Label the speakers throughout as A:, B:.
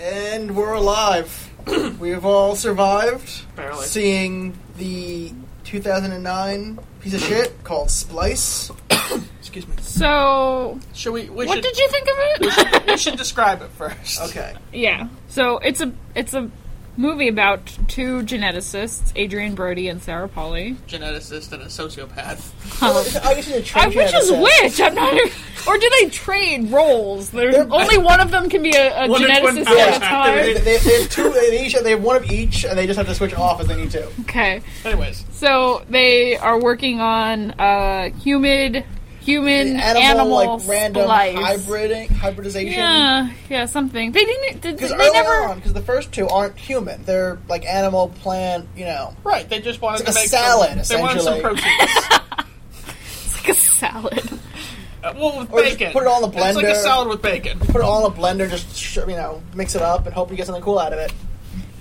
A: And we're alive. we have all survived
B: Barely.
A: seeing the 2009 piece of shit called Splice.
B: Excuse me.
C: So,
B: Should we? We
C: what
B: should.
C: did you think of it?
B: we should describe it first.
A: Okay.
C: yeah. So it's a it's a movie about two geneticists, Adrian Brody and Sarah Polly.
B: Geneticist and a sociopath.
A: I guess you
C: I, Uh, which is which? I'm not. Or do they trade roles? There's only one of them can be a, a
B: One is one
A: They,
B: power
C: geneticist at a time.
B: activated.
A: they, they have two. They each. They have one of each, and they just have to switch off as they need to.
C: Okay.
B: Anyways,
C: So they are working on uh, humid, human
A: Animal,
C: animal,
A: like random
C: splice.
A: hybriding, hybridization.
C: Yeah, yeah, something. They didn't. Did,
A: Because
C: they
A: early
C: never.
A: on, because the first two aren't human. They're like animal, plant. You know.
B: right? They just wanted
A: It's like
B: to
A: a
B: make
A: salad,
B: Some, they wanted some
A: essentially.
B: proteins.
C: It's like a salad.
B: uh, well, with
A: Or just
B: bacon.
A: put it all in the
B: It's like a
A: blender.
B: salad with bacon.
A: Put it all in a blender. Just sh- you know, mix it up and hope you get something cool out of it.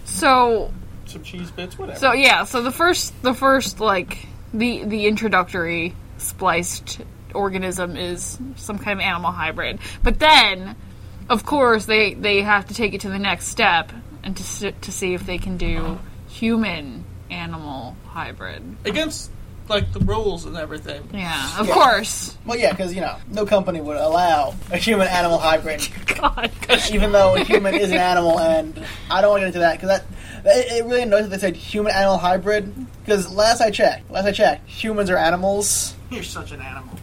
C: So
B: Some cheese bits, whatever.
C: So yeah, so the first the first like the the introductory spliced organism is some kind of animal hybrid. But then of course they they have to take it to the next step and to s- to see if they can do human animal hybrid.
B: Against like the rules and everything.
C: Yeah, of
A: Yeah.
C: course.
A: Well, yeah, because you know, no company would allow a human-animal hybrid,
C: God.
A: even though a human is an animal. And I don't want to get into that because that, that it, it really annoys that they said human-animal hybrid. Because last I checked, last I checked, humans are animals.
B: You're such an animal.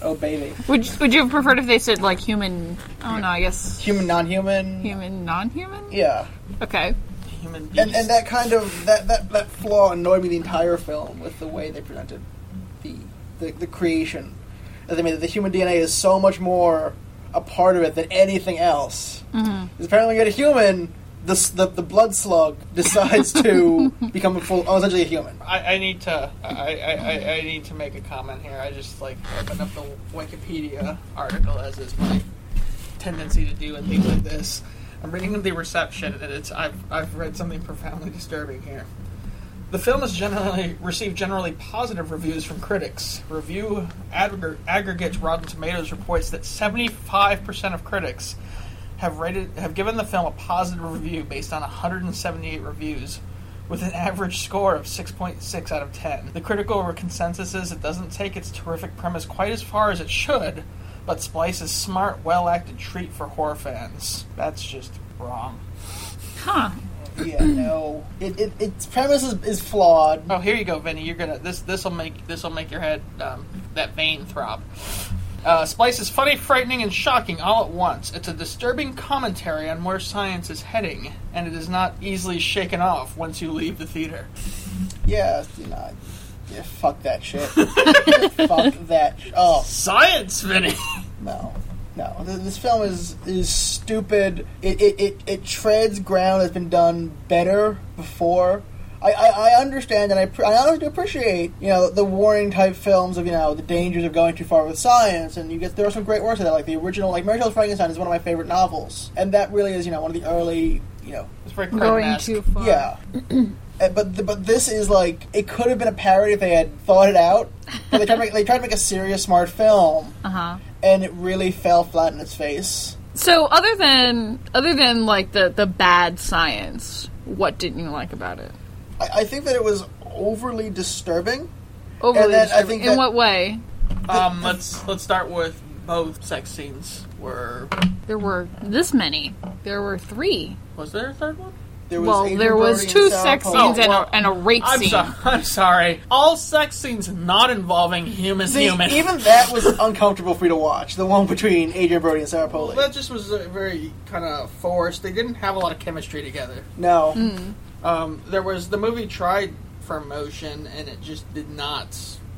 A: Oh baby,
C: Would you- would you have preferred if they said like human? Oh no, I guess
A: human, non-human.
C: human, non-human.
A: Yeah,
C: Okay.
B: Human beast.
A: and and that kind of that, that that flaw annoyed me the entire film with the way they presented the the, the creation. That they made that the human DNA is so much more a part of it than anything else. mm apparently, when you get a human, this the, the blood slug decides to become a full, oh, essentially a human.
B: I, I need to I, I, I, I need to make a comment here. I just like opened up the Wikipedia article as is my tendency to do and things like this. I'm reading the reception and it's I've I've read something profoundly disturbing here. The film has generally received generally positive reviews from critics. Review aggregate, aggregate Rotten Tomatoes reports that 75% of critics have rated have given the film a positive review based on 178 reviews with an average score of 6.6 out of 10. The critical consensus is it doesn't take its terrific premise quite as far as it should, but Splice is smart, well-acted treat for horror fans. That's just wrong.
C: Huh.
A: Yeah, no, it, it its premise is, is flawed.
B: Oh, here you go, Vinny. You're gonna this this will make this will make your head um, that vein throb. Uh, Splice is funny, frightening, and shocking all at once. It's a disturbing commentary on where science is heading, and it is not easily shaken off once you leave the theater.
A: Yeah, you know, yeah, fuck that shit. fuck that. Sh- oh
B: Science, Vinny.
A: No, no. Th- This film is is stupid. It it, it, it treads ground that's been done better before. I, I, I understand and I, pr- I honestly do appreciate you know the warning type films of you know the dangers of going too far with science and you get there are some great works of that like the original like Mary Shelley's Frankenstein is one of my favorite novels and that really is you know one of the early you know
B: It's very
C: Going
B: Cronenberg-esque.
C: too far.
A: yeah. Uh, But th- but this is like it could have been a parody if they had thought it out. But they tried to make, they tried to make a serious smart film,
C: Uh huh.
A: and it really fell flat in its face.
C: So other than other than like the the bad science, what didn't you like about it?
A: I, I think that it was overly disturbing.
C: Overly
A: And then I
C: disturbing.
A: think
C: in
A: that-
C: what way?
B: Um, let's let's start with both sex scenes. Were
C: There were this many. There were three.
B: was there a third one?
A: There was uh,
C: Well,
A: Adrian
C: there was
A: Brody
C: two
A: and Sarah
C: sex
A: Paulson.
C: scenes and,
B: well,
C: a, and a rape
B: I'm
C: scene.
B: sorry. I'm sorry. All sex scenes not involving human
A: See,
B: human.
A: even that was uncomfortable for me to watch. The one between Adrian Brody and Sarah Polley.
B: That just was uh, very kind of forced. They didn't have a lot of chemistry together.
A: no,
C: Hmm.
B: Um, there was the movie tried for motion, and it just did not.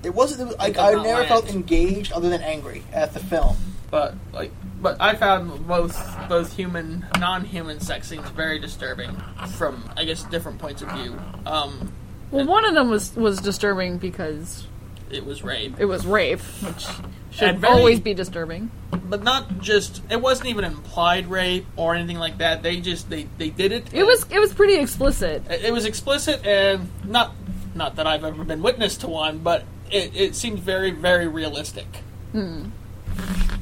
A: it wasn't. It was, like
B: did
A: I
B: not
A: never
B: land.
A: felt engaged other than angry at the film.
B: But like, but I found both both human, non-human sex scenes very disturbing from I guess different points of view. Um,
C: Well, one of them was was disturbing because
B: it was rape,
C: it was rape, which should
B: And very-
C: always be disturbing.
B: but not just. It wasn't even implied rape or anything like that. They just they they did it.
C: It was it was pretty explicit.
B: It it was explicit and not not that I've ever been witness to one, but it, it seemed very very realistic.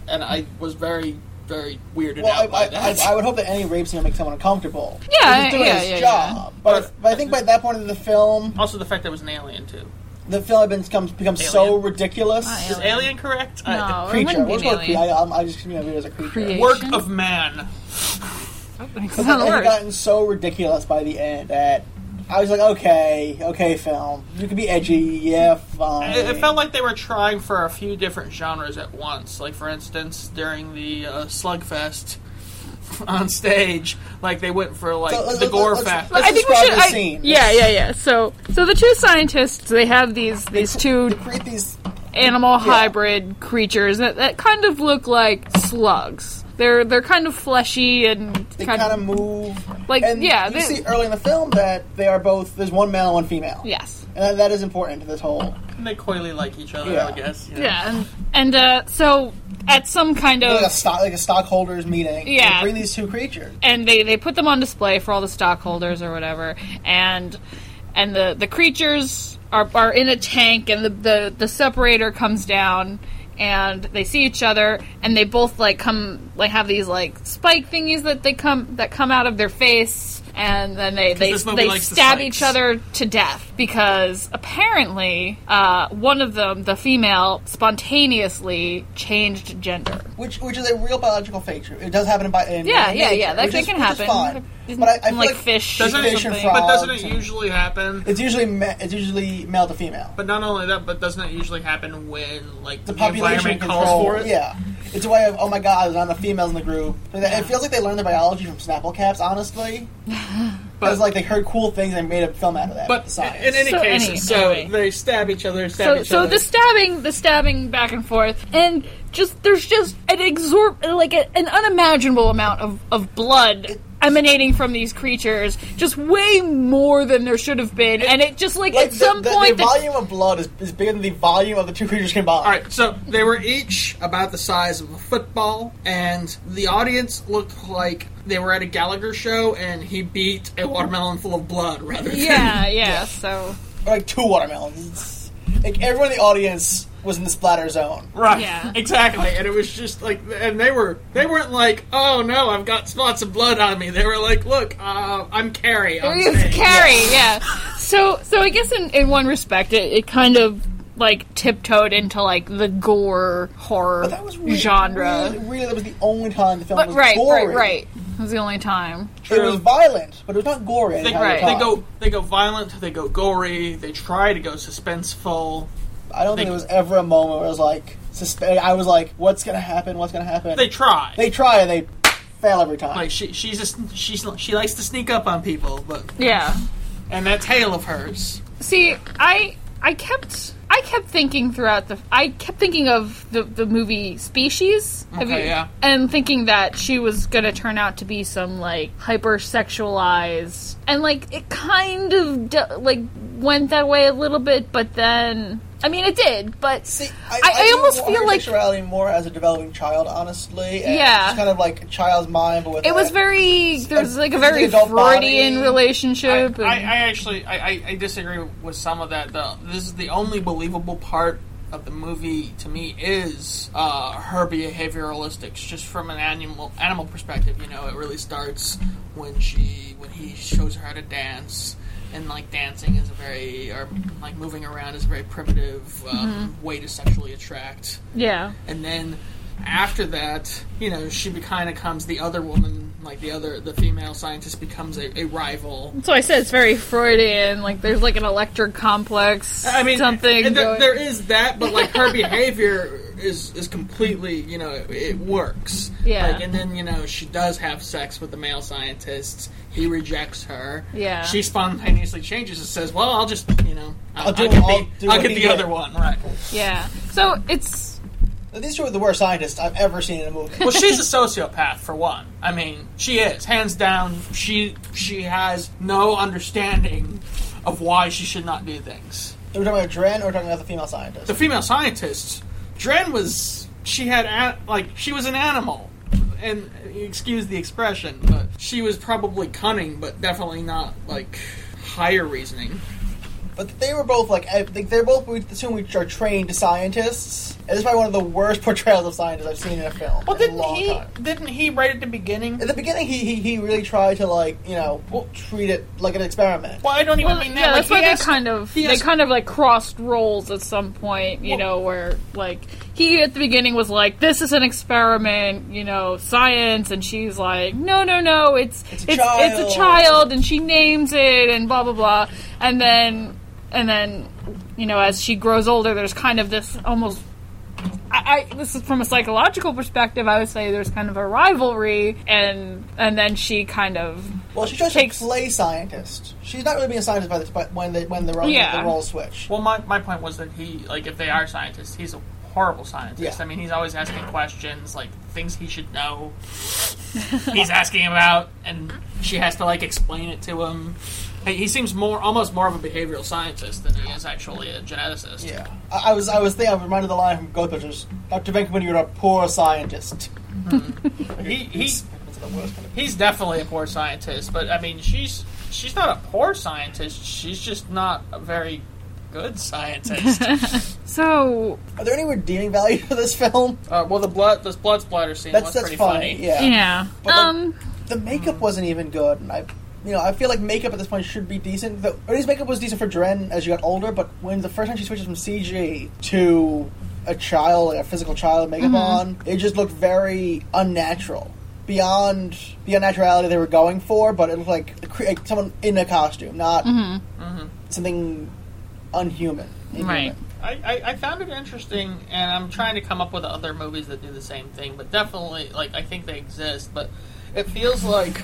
B: And I was very very weirded out
A: Well, I,
B: by
A: I,
B: that.
A: I, I would hope that any rape scene would make someone uncomfortable.
C: Yeah,
A: He's doing
C: yeah,
A: his
C: yeah,
A: job. But, if- but I think by that point in the film,
B: also, the fact that it was an alien too.
A: the film becomes becomes, becomes so
B: Alien.
A: ridiculous.
C: Not
B: Is alien correct? I-
C: No, Oh, it
A: Creature.
C: wouldn't be
A: What's
C: an
A: called
C: alien.
A: creature? I, I'm- I just you know, it as a creature.
C: Create.
B: work of man.
C: It's
A: But
C: not a
A: it had
C: word.
A: gotten so ridiculous by the end that I was like, okay, okay, film, you can be edgy, yeah, fine.
B: It, it felt like they were trying for a few different genres at once. Like, for instance, during the uh, Slugfest on stage, like they went for like
A: So, uh, let's-
B: the
A: let's-
B: gore
A: let's-
B: factor.
A: let's-
C: I think we
A: describe
C: should.
A: the
C: I,
A: scene.
C: Yeah, yeah, yeah. So, so the two scientists they have these these
A: to
C: two
A: create these.
C: animal hybrid creatures that, that kind of look like slugs. They're they're kind of fleshy and
A: They
C: kind
A: kind of move,
C: Like,
A: and
C: yeah,
A: You
C: they-
A: see early in the film that they are both. There's one male and one female.
C: yes.
A: and that, that is important to this whole.
B: And they coyly like each other,
A: Yeah.
B: I guess. you know.
C: Yeah, and, and uh, so at some kind of
A: Like a stock, like a stockholders meeting. They
C: Yeah.
A: bring these two creatures.
C: and they, they put them on display for all the stockholders or whatever and and the, the creatures are, are in a tank and the, the, the separator comes down and they see each other and they both like come like have these like spike thingies that they come that come out of their face and then they they,
B: this movie
C: they
B: likes the
C: stab
B: spikes.
C: each other to death because apparently uh, one of them the female spontaneously changed gender
A: Which, which is a real biological feature. It does happen in, bi- in
C: yeah
A: in
C: yeah
A: nature,
C: yeah that,
A: which
C: that
A: is-
C: can
A: which is
C: happen
A: fine.
C: Isn't-
A: But I, I feel
C: like,
A: like
C: fish
B: Doesn't
C: or
B: it,
A: Fish and
C: something.
A: frogs.
B: but doesn't it
A: and-
B: usually happen?
A: It's usually ma- it's usually male to female.
B: But not only that, but doesn't it usually happen when like
A: the
B: the,
A: population
B: environment
A: control.
B: calls for it?
A: Yeah, it's a way of oh my god, there's not enough females in the group. But It feels like they learned their biology from Snapple Caps, honestly. Because
B: But-
A: like they heard cool things and made a film out of that.
B: But
A: science.
B: in any
C: So
B: case,
C: any-
B: so
C: anyway.
B: they stab each other. Stab
C: so,
B: each
C: so
B: other.
C: the stabbing, the stabbing back and forth, and just there's just an exor- like a, an unimaginable amount of, of blood emanating from these creatures, just way more than there should have been, and it just like,
A: like
C: at
A: the,
C: some
A: the,
C: point,
A: the
C: the-
A: volume of blood is, is bigger than the volume of the two creatures combined.
B: All right, so they were each about the size of a football, and the audience looked like they were at a Gallagher show, and he beat a watermelon full of blood rather than
C: yeah, yeah, so
A: Or, like two watermelons. It's- like everyone in the audience was in the splatter zone.
B: Right.
C: Yeah.
B: Exactly. And it was just like, and they were, they weren't like, oh no, I've got spots of blood on me. They were like, look, uh, I'm Carrie. on
C: It's
B: stage.
C: Carrie, yeah. So, so I guess in, in one respect, it, it kind of like tiptoed into like the gore horror
A: But that was really,
C: genre.
A: Really, really, that was the only time the film
C: but
A: was
C: right,
A: gory.
C: right, right. That was the only time.
A: It was violent, but it was not gory.
B: They,
C: Right.
B: they go, they go violent. They go gory. They try to go suspenseful.
A: I don't think
B: they-
A: there was ever a moment where I was like, suspe- I was like, what's gonna happen? What's gonna happen?
B: They try.
A: They try and they fail every time.
B: like she, she's a, sn- she's she likes to sneak up on people, but
C: Yeah.
B: and that tail of hers.
C: See, I I kept I kept thinking throughout the I kept thinking of the the movie Species. Have
B: Okay, yeah.
C: And thinking that she was gonna turn out to be some like hypersexualized and like it kind of de- like went that way a little bit, but then I mean it did, but
A: See,
C: I, I,
A: view
C: almost feel like
A: sexuality more as a developing child, honestly. And
C: Yeah.
A: it's kind of like a child's mind, but with
C: it was
B: uh,
A: a-
C: very there was like
A: It's
C: a
A: the
C: very
A: adult
C: Freudian
A: body.
C: relationship.
B: I, I,
C: and-
B: I actually I, I, I disagree with some of that though. This is the only believable part of the movie to me is uh, her behavioralistics, just from an animal animal perspective. You know, it really starts when she when he shows her how to dance. And like dancing is a very, or like moving around is a very primitive um, way to sexually attract.
C: yeah.
B: and then after that, you know, she kind of comes the other woman, like the other the female scientist becomes a, a rival.
C: So I said it's very Freudian. Like there's like an electric complex.
B: I mean,
C: something.
B: and there,
C: going-
B: there is that, but like her behavior is is completely, you know, it, it works.
C: Yeah.
B: Like, and then you know she does have sex with the male scientist. He rejects her.
C: Yeah.
B: She spontaneously changes and says, "Well, I'll just, you know, I'll,
A: I'll do-
B: get
A: I'll
B: the,
A: do
B: I'll
A: what
B: get
A: he
B: the
A: did."
B: other one." Right.
C: Yeah. So it's
A: These two are the worst scientists I've ever seen in a movie.
B: well, she's a sociopath for one. I mean, she is hands down. She she has no understanding of why she should not do things.
A: we're talking about Dren or we're talking about the female scientist.
B: The female scientist, Dren was she had a, like she was an animal, and excuse the expression, but she was probably cunning, but definitely not like higher reasoning.
A: But they were both like I think they're both we assume we are trained scientists. And this is probably one of the worst portrayals of scientists I've seen in a film.
B: Well,
A: in a
B: didn't
A: long
B: he?
A: time.
B: Didn't he right at the beginning?
A: At the beginning, he, he, he really tried to like you know
B: Well-
A: treat it like an experiment.
B: Well, I don't even
C: Well,
B: mean that.
C: yeah,
B: like,
C: that's
B: he
C: why they
B: asked-
C: kind of
B: he
C: they
B: asked-
C: kind of like crossed roles at some point, you
B: Well-
C: know, where like he at the beginning was like, "This is an experiment," you know, science, and she's like, "No, no, no, it's
A: It's
C: it's
A: a child."
C: it's, a child," and she names it, and blah blah blah, and then and then you know, as she grows older, there's kind of this almost I, I this is from a psychological perspective. I would say there's kind of a rivalry, and and then she kind of
A: Well, she tries
C: takes-
A: to play scientist. She's not really being a scientist by the by, when they when the role
C: Yeah.
A: the role switch.
B: Well, my, my point was that he, like, if they are scientists, he's a horrible scientist.
A: Yeah.
B: I mean, he's always asking questions, like, things he should know. he's asking about, and she has to, like, explain it to him. He he seems more, almost more of a behavioral scientist than he is actually a geneticist.
A: Yeah, I, I was I was thinking I was reminded of the line from Ghostbusters: "Dr. Venkman, you're a poor scientist."
B: He, he,
A: That's the worst kind of-
B: he's definitely a poor scientist, but, I mean, she's, she's not a poor scientist. She's just not a very good scientist.
C: so
A: Are there any redeeming value to this film?
B: uh, well, the blood, the blood splatter scene
A: That's
B: was
A: that's
B: pretty
A: funny. Yeah.
C: yeah.
A: But, like,
C: um.
A: the makeup wasn't even good, and I. You know, I feel like makeup at this point should be decent. The, or at least makeup was decent for Dren as she got older, but when the first time she switches from CG to a child, like a physical child with makeup on, it just looked very unnatural. Beyond the unnaturality they were going for, but it looked like, the cre- like someone in a costume, not
C: Mm-hmm.
B: Mm-hmm.
A: something unhuman. inhuman.
C: Right.
B: I, I, I found it interesting, and I'm trying to come up with other movies that do the same thing, but definitely, like, I think they exist, but it feels like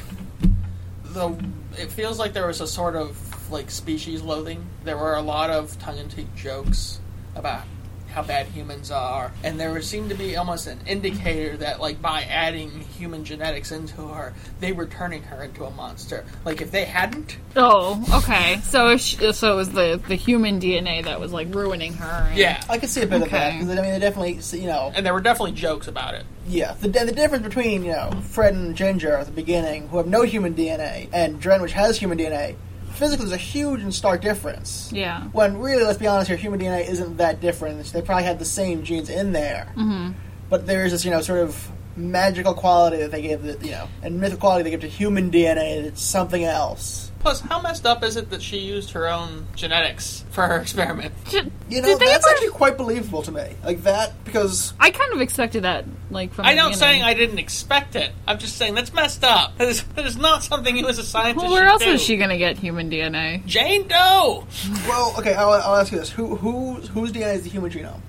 B: the it feels like there was a sort of like species loathing. There were a lot of tongue-in-cheek jokes about how bad humans are, and there seemed to be almost an indicator that like by adding human genetics into her, they were turning her into a monster. Like if they hadn't,
C: Oh, okay. So if she, so it was the the human DNA that was like ruining her. and-
B: yeah,
A: I could see a bit of that,
C: Okay.
A: 'cause, I mean, they definitely, you know,
B: and there were definitely jokes about it.
A: Yeah, the, the difference between you know Fred and Ginger at the beginning, who have no human DNA, and Dren, which has human DNA, physically is a huge and stark difference.
C: Yeah.
A: When really, let's be honest here, human DNA isn't that different. They probably had the same genes in there, mm-hmm. but there is this you know sort of magical quality that they gave the you know and mythical quality they give to human DNA. It's something else.
B: Plus, how messed up is it that she used her own genetics for her experiment?
C: Did,
A: You know
C: did they
A: that's
C: ever?
A: actually quite believable to me. Like that because
C: I kind of expected that. Like from
B: I
C: the
B: know I'm saying
C: beginning.
B: I didn't expect it. I'm just saying that's messed up. That is, that is not something you as a scientist.
C: Well, where
B: should
C: else
B: do.
C: is she gonna get human DNA?
B: Jane Doe.
A: Well, okay, I'll, I'll ask you this: Who, who, whose DNA is the human genome?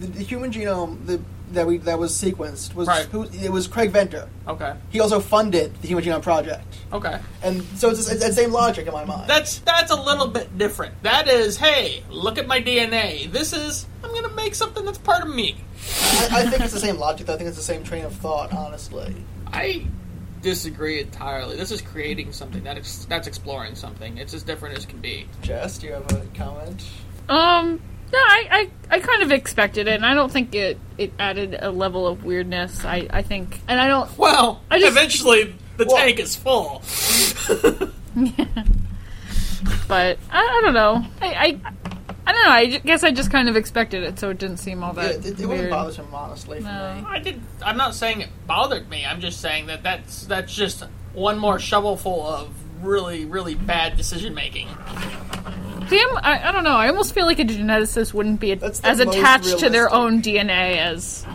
A: The, the human genome the, that we that was sequenced was
B: Right.
A: who, it was Craig Venter.
B: Okay.
A: He also funded the Human Genome Project,
B: Okay.
A: and so it's, it's the same logic in my mind.
B: That's that's a little bit different. That is, hey, look at my DNA. This is I'm gonna make something that's part of me.
A: I, I think it's the same logic. though. I think it's the same train of thought. Honestly,
B: I disagree entirely. This is creating something. That ex- that's exploring something. It's as different as can be.
A: Jess, do you have a comment?
C: Um. No, I, I, I kind of expected it, and I don't think it, it added a level of weirdness. I, I think, and I don't.
B: Well,
C: I just-
B: eventually the
A: Well-
B: tank is full.
C: But I, I don't know. I, I, I don't know. I ju- guess I just kind of expected it, so it didn't seem all
A: Yeah,
C: that
A: it, it
C: weird.
A: wouldn't bother him honestly. For
C: No.
A: me.
B: I did. I'm not saying it bothered me. I'm just saying that that's that's just one more shovelful of really really bad decision making.
C: Damn, I, I don't know. I almost feel like a geneticist wouldn't be
A: That's the
C: as
A: most
C: attached to their
A: realistic.
C: own DNA as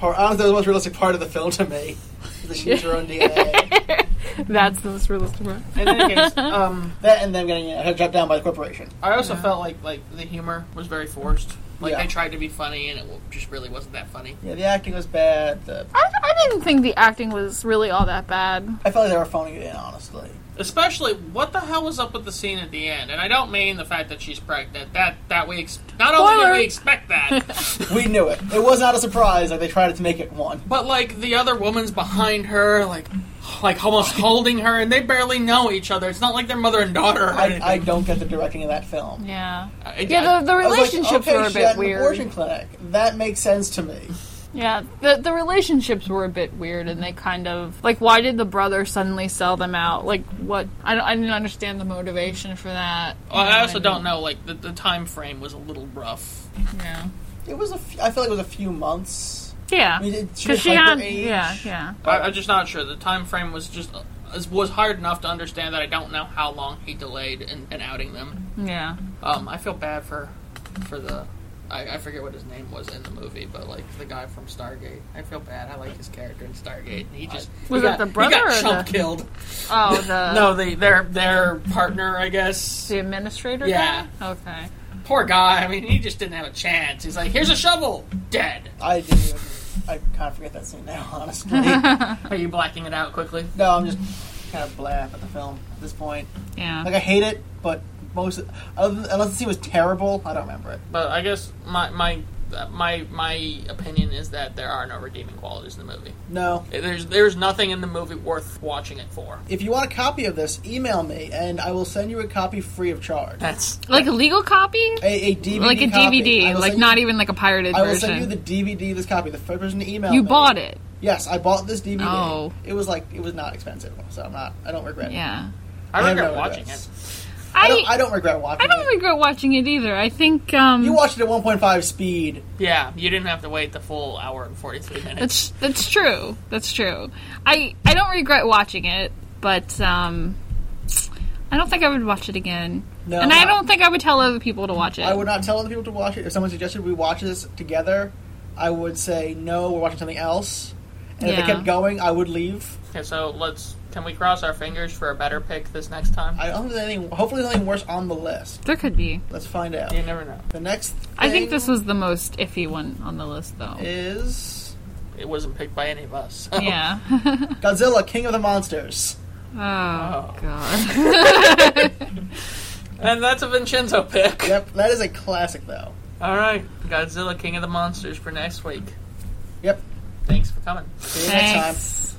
A: Part, honestly, that was the most realistic part of the film to me. is That she used her own DNA.
C: That's the most realistic one.
B: In any case,
A: uh,
B: um,
A: that and them getting you know, dropped down by the corporation.
B: I also felt like like the humor was very forced. Like
A: Yeah.
B: they tried to be funny and it w- just really wasn't that funny.
A: Yeah, the acting was bad. The,
C: I, I didn't think the acting was really all that bad.
A: I felt like they were phoning it in, honestly.
B: Especially, what the hell was up with the scene at the end? And I don't mean the fact that she's pregnant. That that we ex- not only did
C: Spoiler.
B: we expect that,
A: We knew it. It was not a surprise like they tried to make it one.
B: but like the other woman's behind her, like like almost holding her, and they barely know each other. It's not like they're mother and daughter. Or
A: I,
B: anything.
A: I don't get the directing of that film.
C: Yeah.
B: I-
C: Yeah, the, the
A: I was like,
C: relationships
A: okay,
C: were a
A: she
C: bit
A: had an
C: weird.
A: abortion clinic. That makes sense to me.
C: Yeah, the the relationships were a bit weird, and they kind of like why did the brother suddenly sell them out? Like what? I don't, I didn't understand the motivation for that.
B: Well, Oh, I also don't know. Like the, the time frame was a little rough.
C: Yeah,
A: It was a. F- I feel like it was a few months.
C: yeah,
A: I mean, it- she
C: because
A: was
C: Uh, she had
A: hyper-aged.
C: yeah yeah
B: I, I'm just not sure. The time frame was just uh, was hard enough to understand that I don't know how long he delayed in, in outing them.
C: yeah.
B: Um, I feel bad for for the I, I forget what his name was in the movie, but like the guy from Stargate. I feel bad. I like his character in Stargate. He just
C: Was
B: he got,
C: that the
B: he
C: brother or
B: got chump
C: the-
B: killed.
C: Oh, the
B: no, the their their partner, I guess.
C: the administrator.
B: Yeah.
C: guy? Okay.
B: Poor guy. I mean, he just didn't have a chance. He's like, here's a shovel, dead.
A: I didn't even. I kind of forget that scene now, honestly. no,
B: Are you blacking it out quickly?
A: I'm just kind of blah at the film at this point.
C: Yeah.
A: Like I hate it, but most other than- unless the scene was terrible, I don't remember it.
B: But I guess my my my my opinion is that there are no redeeming qualities in the movie.
A: No.
B: There's there's nothing in the movie worth watching it for.
A: If you want a copy of this, email me and I will send you a copy free of charge.
B: That's
C: like a legal copy.
A: A, a DVD.
C: like a
A: copy. I
C: DVD,
A: will
C: like
A: send
C: not
A: you-
C: even like a pirated
A: I will
C: version.
A: send you the DVD. of This copy. The first person to email.
C: You
A: me.
C: bought it,
A: Yes, I bought this DVD.
C: Oh.
A: It was like it was not expensive, so I'm not. I don't regret it.
C: yeah.
B: I
A: have
B: regret
A: no
B: watching it.
A: regrets. I don't, I don't regret watching
C: I don't
A: it.
C: regret watching it either. I think um,
A: you watched it at 1.5 speed.
B: Yeah, you didn't have to wait the full hour and forty three minutes.
C: that's that's true. That's true. I I don't regret watching it, but um, I don't think I would watch it again.
A: No,
C: and
A: I'm
C: I
A: not.
C: don't think I would tell other people to watch it.
A: I would not tell other people to watch it. If someone suggested we watch this together, I would say no. We're watching something else. And if
C: Yeah.
A: they kept going, I would leave.
B: Okay, so let's can we cross our fingers for a better pick this next time?
A: I don't think there's anything. Hopefully, there's nothing worse on the list.
C: There could be.
A: Let's find out.
B: you never know.
A: The next. Thing
C: I think this was the most iffy one on the list, though.
A: is
B: It wasn't picked by any of us. so-
C: yeah.
A: Godzilla, King of the Monsters.
C: oh god.
A: Oh.
B: And that's a Vincenzo pick.
A: Yep, that is a classic though.
B: All right, Godzilla King of the Monsters for next week.
A: Yep.
B: Thanks for coming.
A: See you next time.
C: Thanks.